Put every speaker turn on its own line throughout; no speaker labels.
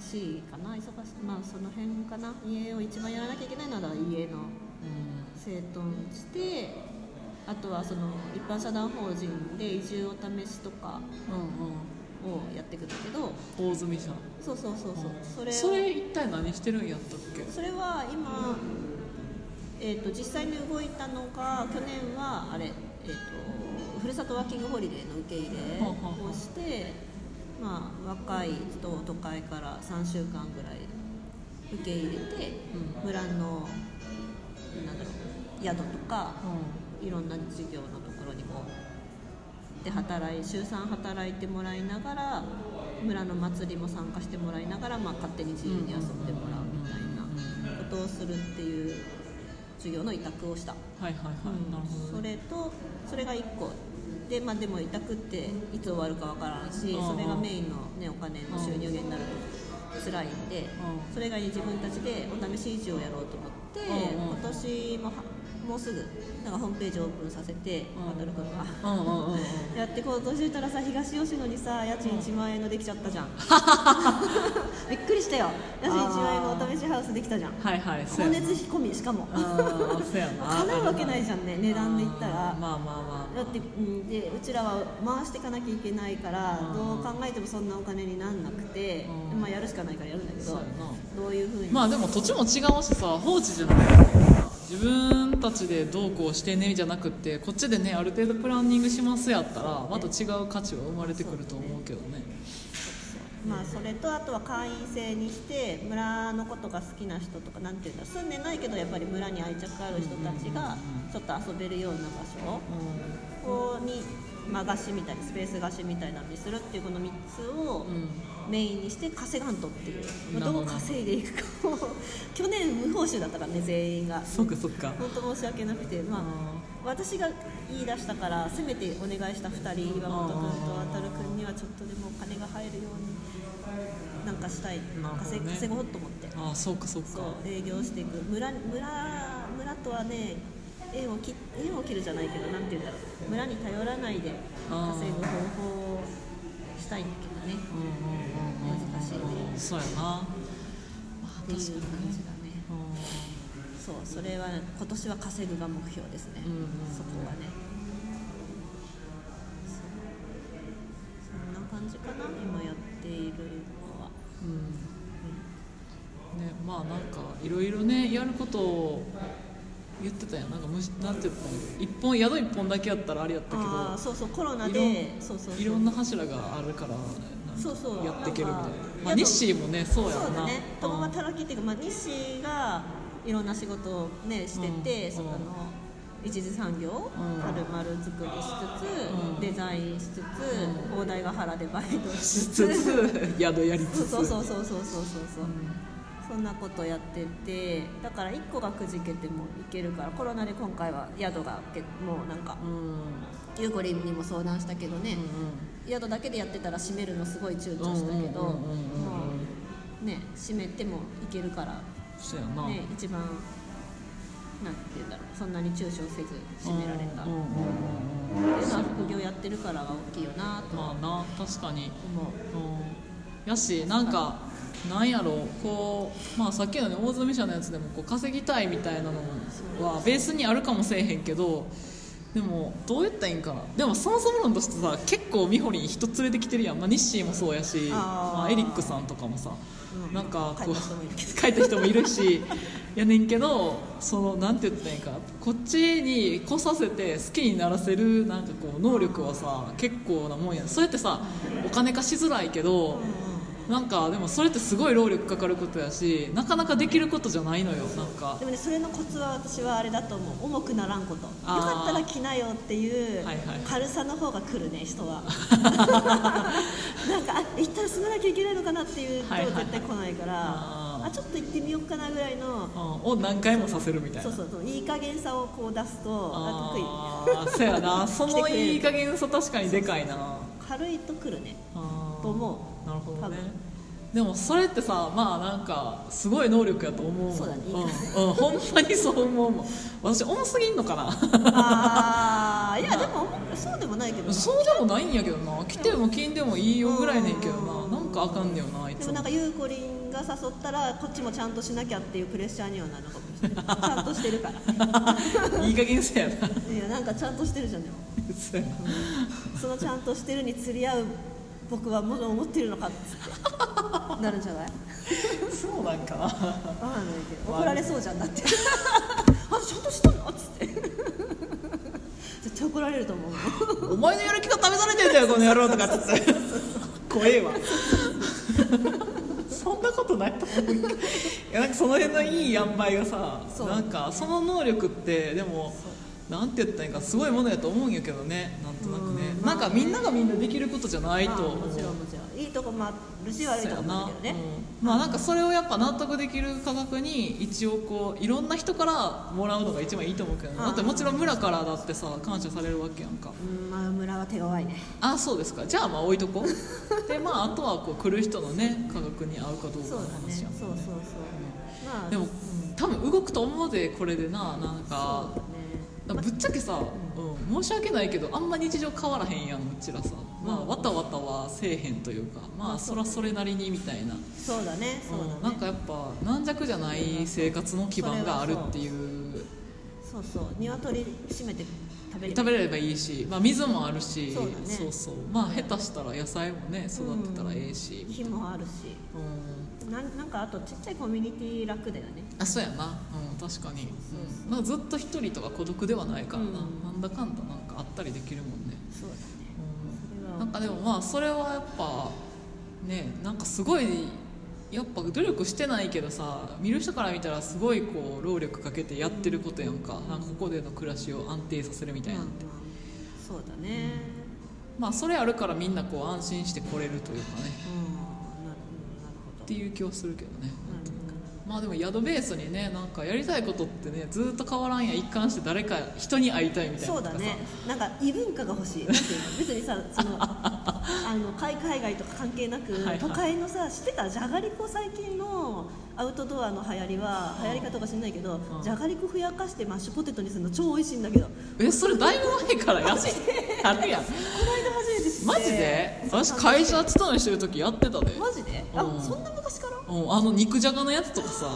しいかな忙しまあその辺かな家を一番やらなきゃいけないのは家の整頓してあとはその一般社団法人で移住お試しとか
うんうん
をやっていくんだけど
大住さん
そうそうそうそうそれを
それ一体何してるんやったっけ
それは今、えー、と実際に動いたのが去年はあれ、えー、とふるさとワーキングホリデーの受け入れ
はあはあはあ
をして、まあ、若い人を都会から3週間ぐらい受け入れて、
うん
村のなんだろう宿とかいろんな事業のところにもで働い週3働いてもらいながら村の祭りも参加してもらいながら、まあ、勝手に自由に遊んでもらうみたいなことをするっていう授業の委託をした、
はいはいはい、
うん
なるほど
そ
ね
れとそれが1個で,、まあ、でも委託っていつ終わるかわからんし
うんう
そ
ん
れがメインの、ね、お金の収入源になると辛いんで
うん
それ以外に自分たちでお試し移住をやろうと思って
うんうん
今年もはもうすぐなんかホームページオープンさせて
うん
渡る君が。
うんうんうんうん
やってこうとしてたらさ東吉野にさ家賃1万円のできちゃったじゃん びっくりしたよ家賃1万円のお試しハウスできたじゃん
はいはいそう
光
やな
熱費込みしかも
ああそうやな
叶うわけないじゃんね値段で言ったら
あーまあまあまあ
だって、うん、でうちらは回していかなきゃいけないから
うん
どう考えてもそんなお金になんなくて
うん
まあやるしかないからやるんだけ
そう
ど
やな
どういうふうに
まあでも土地も違うしさ放置じゃないから自分たちでどうこうしてねじゃなくってこっちでねある程度プランニングしますやったらまた違う価値は生まれてくると思うけどね
まあそれとあとは会員制にして村のことが好きな人とかなんていうんだ住んでないけどやっぱり村に愛着ある人たちがちょっと遊べるような場所ここに、まあ、貸しみたいなスペース貸しみたいなのにするっていうこの3つを
うん、うん
メインにして稼がんとっていう、まあ
なるほ
ど
ど
う稼いでいくかを去年無報酬だったからね全員が
そっかそっか
本当申し訳なくてまあ私が言い出したからせめてお願いした2人岩本君と渡る君にはちょっとでもお金が入るようになんかしたい、
なるほどね
稼ぐ稼ごうと思って
ああそうかそうか
そう営業していく村村村とはね縁を切縁を切るじゃないけどなんて言うんだろう村に頼らないで
あー
稼ぐ方法をしたいんだけどね
うんうんうんうん
難しいね
そうやなまあ
っていう感じ
確かに
だね
う
そうそれは今年は稼ぐが目標ですね、
うんうんうん
そこはねそうそんな感じかな今やっているのは、
んうん
う
ねまあなんかいろいろねやることを言ってたやんなんかむしなんていうの一本宿一本だけやったらあれやったけ
ん、
ど
ああそうそうコロナ
いろ
で
ん
そうそうそう
いろんな柱があるからなんか
そうそう
やっていけるみたいな
なんか
まあ、
宿
日誌もねそうやんな
そうだね
うん
共働きっていうか、まあ、西がいろんな仕事を、ね、してて、
うん
そこ
う
の
ん
一次産業、
うん
軽々作りしつつ、
うん
デザインしつつ、大台ヶ原でバイトしつ
しつ
つ
つ 宿やりつ つ
そうそうそうそうそうそうそう、
うん
そんなことやっててだから1個がくじけてもいけるからコロナで今回は宿がけもうなんか
うんうん
ゆうこりんにも相談したけどね、宿だけでやってたら閉めるのすごい躊躇したけど
うんうんうんうんうん
もうね閉めてもいけるから
そうやな、
ね、一番なんて言うんだろうそんなに躊躇せず閉められた、
うんうん
っ
うん
ていう
うん
のは副業やってるからが大きいよなと思
まあな確かに
う、
うんやしなんかなんやろうこう、まあ、さっきの、ね、大詰社のやつでもこう稼ぎたいみたいなのはベースにあるかもしれへんけどでもどうやったらいいんかなでもそもそも論としてさ結構みほりん人連れてきてるやん、まあ、ニッシーもそうやし
あー
まあ、エリックさんとかもさ、
うん
なんか
帰
こ
っ
う
た人もいるけ
帰った人もいるしやねんけどそのなんて言ったらいいんかこっちに来させて好きにならせるなんかこう能力はさ結構なもんやそうやってさお金化しづらいけどなんかでもそれってすごい労力かかることやしなかなかできることじゃないのよなんか
でもねそれのコツは私はあれだと思う重くならんことよ
あー
かったら着なよっていう
はいはい
軽さの方が来るね人 は なんかあ行ったら住まなきゃいけないのかなっていうと
はいはいはい
絶対来ないから、
あー
あちょっと行ってみようかなぐらいの
うんを何回もさせるみたい
そ
な
うそうそういい加減さをこう出すとあ得意
あーそうやなそのいい加減さ確かにでかいな
軽いと来 るね
あー
と思
なるほどね
多分
でもそれってさまあなんかすごい能力やと思うもん
そうだね
んうん、ほんまにそう思うもん私重すぎんのかな
うああいやでもそうでもないけどな
そうでもないんやけどな来ても金でもいいよぐらいねんけど
うん
ななんかあかんねよない
でも
つも
なんかゆうこりんが誘ったらこっちもちゃんとしなきゃっていうプレッシャーにはなるのかもしれ ないちゃんとしてるから
いい加減せや な
いやなんかちゃんとしてるじゃんでも
せやな
そのちゃんとしてるに釣り合う僕はものを持ってるのかっつってなるんじゃない
そうなんかな
わかんないけど怒られそうじゃんだ ってあちゃんとしたのっつって絶対怒られると思う
お前のやる気が試されてんだよこの野郎とかっつって怖えわそんなことないと思ういやなんかその辺のいい塩梅がさ
そう
なんかその能力ってでもなんて言ったらいいんかすごいものやと思うんやけどねなんとなくね
うん
なんかみんながみんなできることじゃないと
まあ
思
もちろ
うん
もちろんいいとこもあるし悪いとこもあるけどね
うんまあなんかそれをやっぱ納得できる価格に一応こういろんな人からもらうのが一番いいと思うけどねだってもちろん村からだってさ感謝されるわけやんか
うんまあ村は手強いね
あそうですかじゃあまあ置いとこ うでまああとはこう来る人のね価格に合うかどうか
そう
の
だね
話
そ
や
う
も
そうん
ね
そうまあ
でも
そう
多分動くと思うでこれでななんか
だね
だからぶっちゃけさ、うん、申し訳ないけどあんま日常変わらへんやんうちらさまあわたわたはせえへんというかまあそらそれなりにみたいな、
そうだねそう
うん
だ
な
ね
んかやっぱ軟弱じゃない生活の基盤があるっていう
そうそう鶏締めて食べる
食べれればいいし、まあ、水もあるし
そうだね
そうそうまあ下手したら野菜もね育てたらええし、
日もあるし
うん
なんなんかあとちっちゃいコミュニティ楽だよね
あそうやな、うん、確かに、うんまあ、ずっと一人とか孤独ではないからな、
うん
なんだかんだなんかあったりできるもんね、
そうだねそれ
うん、
は
なんかでもまあそれはやっぱねなんかすごいやっぱ努力してないけどさ見る人から見たらすごいこう労力かけてやってることやんかなんかここでの暮らしを安定させるみたいな、
まあまあそうだね
まあそれあるからみんなこう安心して来れるというかね
うんなるなるほど
っていう気はするけどね
なるほど
まあでも宿ベースにねなんかやりたいことってねずっと変わらんや一貫して誰か人に会いたいみたいな
そう
とか
だ
さ
ねなんか異文化が欲しいなんていうの別にさそ のあの海海外とか関係なく、
はいはい
都会のさ知ってたじゃがりこ最近のアウトドアの流行りは流行り方か知んないけど、
うん
じゃがりこふやかしてマッシュポテトにするの超美味しいんだけどこ
えそれだいぶ前からやってあるやん
の間初めて知って
マジで私
そう
会社勤めしてる時やってたで、
マジであ、
うん
そんな昔から
うん、あの肉じゃがのやつとかさ、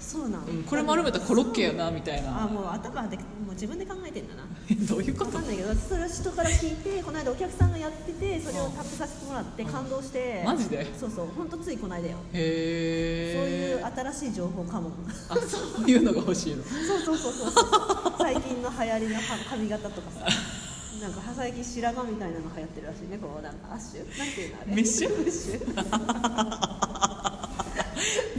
そうなん、
うん、これ丸めたらコロッケやなみたい
あ
な
もう頭でもう自分で考えてんだな
どういうこ
わ
と
かんないけど私それは人から聞いてこの間お客さんがやっててそれを食べさせてもらって感動して、
マジで
そうそう本当ついこの間よ
へ
そうい
え
う新しい情報かも
あそういうのが欲しいの
そうそうそうそうそう 最近の流行りのは髪型とかさなんか最近白髪みたいなの流行ってるらしいねこうなんかアッシュなんていうのあれ
メッシュ
メッシュ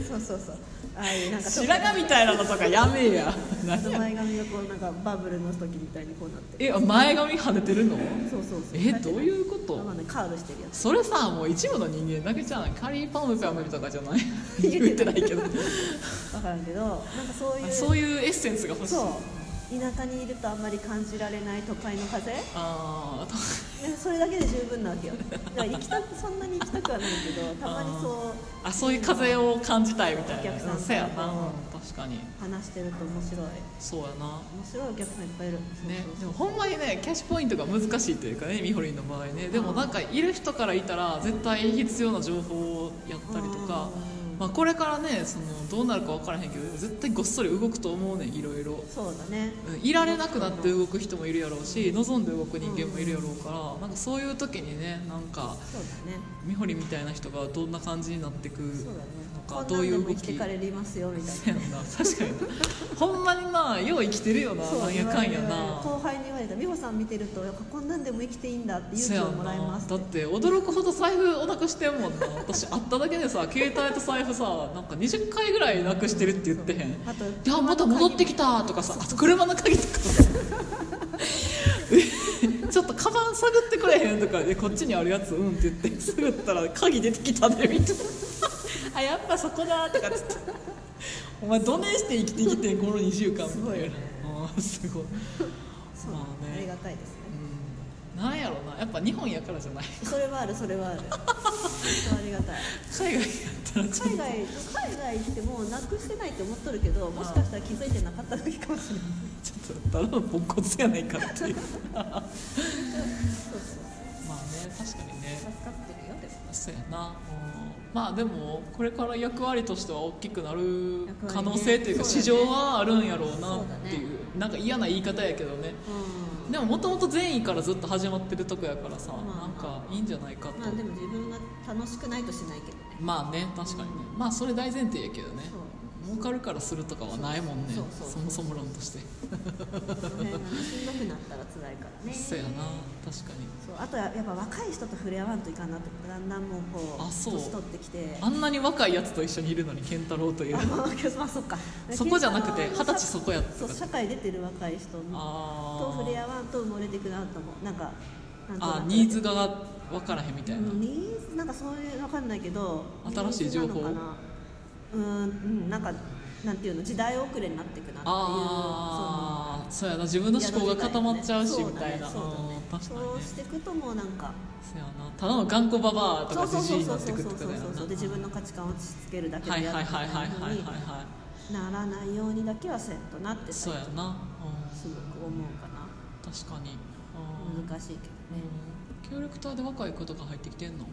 そうそうそうああいうなんかちょっと
白髪みたいなのとかやめえや何や
前髪がこうなんかバブルの時みたいにこうなってる
え前髪跳ねてるの
そうそうそう
えどういうこと
なんかねカールしてるやつ
それさもう一部の人間だけじゃないカリーパムパムとかじ ゃない言ってないけど
分からんけどなんかそういう
そういうエッセンスが欲しい
そう田舎にいるとあんまり感じられない都会の風
あー
ねそれだけで十分なわけよだから行きたくそんなに行きたくはないけどたまにそう
あそういう風を感じたいみたいな
お客さんから
うんせやな、
うん
確かに
話してると面白い
そうやな
面白いお客さんいっぱいいるそう
ね
そう、
で
そう
もほんまにねキャッシュポイントが難しいというかねみほりんの場合ねでもなんかいる人からいたら絶対必要な情報をやったりとか、
うん
まあ、これからねそのどうなるか分からへんけど絶対ごっそり動くと思うねんいろいろ
そうだね
いられなくなって動く人もいるやろうし望んで動く人間もいるやろうから、なんかそういう時にねなんか
そうだね
美堀みたいな人がどんな感じになってく
そうだね
の
こ
かど
ん
うい
なんでも
う動
生
き
きてかれますよみたい
せやんな確かにほんまになよう生きてるよな
なそう
なんやかんや
言われる
な
後輩に言われた美穂さん見てるとやっぱこんなんでも生きていいんだって勇気をもらいます
だって驚くほど財布をなくしてんもんな私会っただけでさ携帯と財布さなんか20回ぐらいなくしてるって言ってへん
あと
いやまた戻ってきたとかさあと車の鍵とかさ えちょっとカバン探ってくれへんとかでこっちにあるやつうんって言って探ったら鍵出てきたでみたいなあやっぱそこだとかっつってお前どねんして生きてきてんこの2週間みたいな
すごいよね
あーすごい
そうだね
まあね
ありがたいですね
うんなんやろなやっぱ日本やからじゃない
それはあるそれ はある本当ありがたい
海外やったらちょっ
海外海外行ってもうなくしてないって思っとるけどもしかしたら気づいてなかっただけかもしれない
とただのポンコツやないかって いう
そうそう
まあね確かにね
助かってるよでも
そうやな、うんまあでもこれから役割としては大きくなる
役割ね
可能性というか
そうだね
市場はあるんやろうなっていう
そう
なんか嫌な言い方やけどね
うん
でももともと善意からずっと始まってるとこやからさ、
まあ
なんかいいんじゃないかと、
まあでも自分が楽しくないとしないけどね
まあね確かにねまあそれ大前提やけどね
そう
儲かるからするとかはないもんね
そうそうそう
そもそも論として
その辺がねしんどくなったら辛いからね
そうやな確かに
そうあとややっぱ若い人と触れ合わんといかんなと思ってだんだんもうこう
あそう
年取ってきて
あんなに若いやつと一緒にいるのに健太郎という
あまあ まあそっか
そこじゃなくて二十歳そこやっ
そう
た
社会出てる若い人と
あ
触れ合
ー
わんと埋もれてくなと思うなんかなんとなく
あニーズが分からへんみたいな、
うんニーズなんかそういうわかんないけど
新しい情報
ニーズなのかなうんうんなんかなんていうの時代遅れになってくなっていう
ああそうやな自分の思考が固まっちゃうしみたいな、
そうだね
うん確かに
そう
ね
していくともうなんか
そうやなただの頑固ババアと
そうそ
か
う
じじ
そ
いうに
そ
な
う
って
そう
く
そ
と
う
か
そう
だよな
で自分の価値観を押し付けるだけ
は
で
い
や
は
っ
い
て
はいはいはいはい
い
は
ならないようにだけはせんとなって
い
す
そう
ご
や
く
な、
思うかな
うん、確かに、うん
難しいけどね
協力隊で若い子とか入ってきてんの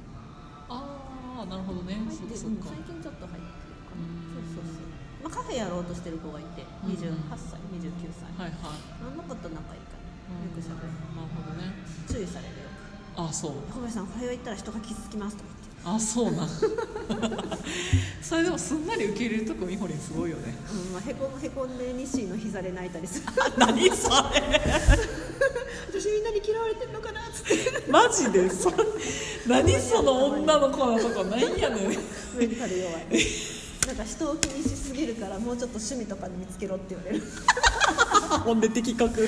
ああなるほどね
入っ
そって
る
かそっ
うん
か
最近ちょっと入ってるかな
うん
そうそうそうまあカフェやろうとしてる子がいて
うん
28歳29歳
はいはい
あの子と仲いいからよくしゃべる
なるほどね
注意されるよ
あそう
「小林さんこれを言ったら人が傷つきます」とか言って
あそうなん それでもすんなり受け入れるとこみほりんすごいよ ね
うんまあへこへこんで西の膝で泣いたりする
何それ
私みんなに嫌われてるのかなっつって
マジでそれ何その女の子のとこなんやねん
メンタル弱いなんか人を気にしすぎるからもうちょっと趣味とかに見つけろって言われる
ほんで的確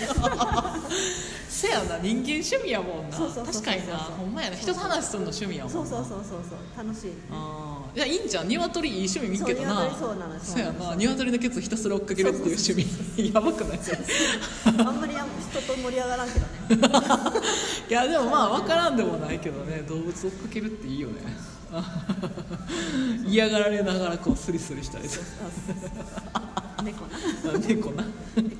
せやな人間趣味やもんな
そうそうそうそう
確かになほんまやな人と話すの趣味やもんな
そうそうそうそうそう楽しい
あーいやいいんじゃん鶏いい趣味見っけどな
そう鶏そうなのよ
そうやな鶏のケツひたすら追っかけるっていう趣味やばくないそれ
あんまりあん人と盛り上がらんけどね
いやでもまあ分からんでもないけどね動物追っかけるっていい よね嫌がられながらこうスリスリしたりする
あ猫な
猫な
猫もいい
うん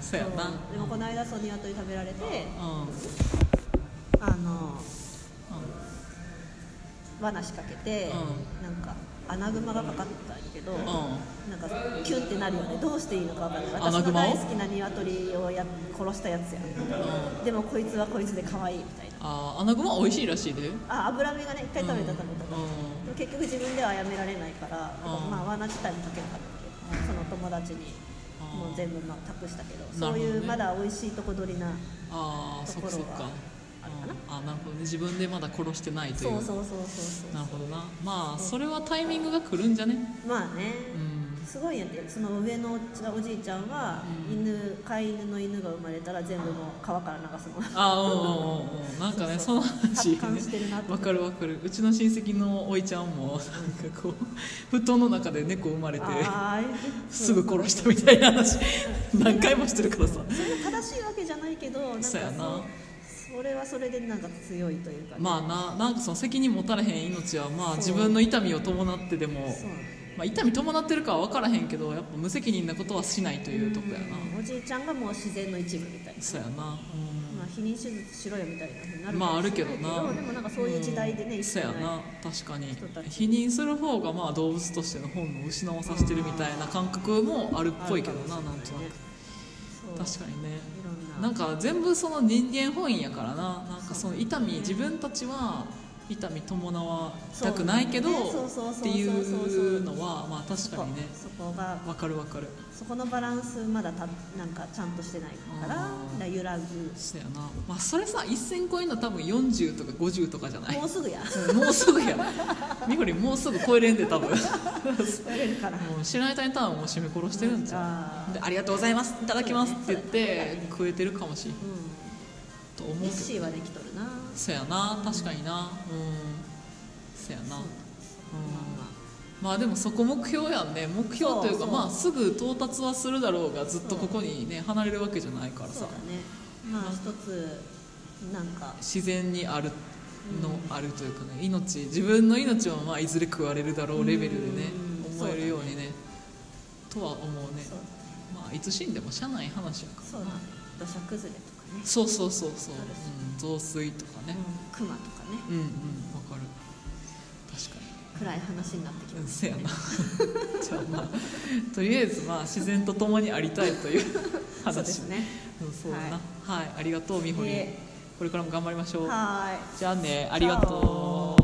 そうや
な
な
そうでもこの間そう鶏食べられて
うんうん
あの罠仕掛けて、
う
なんか穴熊がかかったんやけど、
うん
なんかキュンってなるよねどうしていいのか分からない
穴
私の
熊を
大好きな鶏をや殺したやつや
うん
でもこいつはこいつで可愛いみたいな
あーアナグマ美味しいらしいで
あ脂身がね一回食べた食べた、
う
でも結局自分ではやめられないから、
うん
まあ罠自体もかけなかったけど、その友達に
うん
もう全部まあ託したけど、
なる
そ
ほ
う
どね
いうまだ美味しいとこ取りな、
ああそっかそっか
あるかな
うんあなるほどね自分でまだ殺してないとい
そうそ
う
うそうそうそう
なるほどなまあそれはタイミングが来るんじゃね
まあね、
うん
すごいんやってその上のおじおじいちゃんは、犬飼い犬の犬が生まれたら全部もう川から流す の
あうんうんうんうんなんかねその話
達観してるなと
わかるわかるうちの親戚のおいちゃんもなんかこう布団の中で猫生まれて
ああ
すぐ殺したみたいな話何回もしてるからさ
それが正しいわけじゃないけどなんか
そうやな
それはそれでなんか強いというか、
まあななんかその責任持たれへん命はま
そ
あ
う
自分の痛みを伴ってでも
そう
まあ痛み伴ってるかは分からへんけどやっぱ無責任なことはしないというとこやな
うんおじいちゃんがもう自然の一部みたいな、
そうやな
まあ、避妊手術しろよみたいな風にな
う
るか
んまああ
も
る
し
け
れ
ど
ない
な
でもなんかそういう時代でね、
うん
一
そう
緒
や
に
な確かに
人たち
否認する方がまあ動物としての本能を失わさせてるみたいな感覚もあるっぽいけどななんとなく確
か
かに
に
ね
いろんな
なんか全部その人間本位やからななんかその痛み自分たちは痛み伴わたくないけど
そう
っていうのはまあ確かにね
そこそこが
わかるわかる
そこのバランスまだたなんかちゃんとしてないからだ
あー
から揺らぐ
そうやな、まあ、それさ1000超えるの多分40とか50とかじゃない
もうすぐ や
もうすぐやみほりんもうすぐ超えれんで多分
やれるから
もう知らない間に多分もう締め殺してるんじゃ
あ
ん
ー
でありがとうございますいただきますって言って食えてるかもしれん
う
と思うんけ
ネ
ど
ッシーはできとるな
そやな確かになうんそやなうんまあでもそこ目標やんね目標とい
そ
うか
うそう
まあすぐ到達はするだろうがずっとここにね離れるわけじゃないから
そう
さ
だねまあ一つなんか
自然にあるのあるというかね命自分の命はまあいずれ食われるだろうレベルでね
うん
思えるようにねとは思うね
そう
ままあいつ死んでもしゃあない話やから
そうだね土砂崩れとかね、
そうそうそうそう、
そうです
うん、増水とかね
うん、熊とかね
うんうんわかる確かに
暗い話になってき
うん
まし
せ
た
や
ね
なじゃあまあとりあえずまあ自然と共にありたいという話
そうですね
うんそうだなはい、ありがとうみほりん
いえ
これからも頑張りましょう
はーい
じゃあねありがとう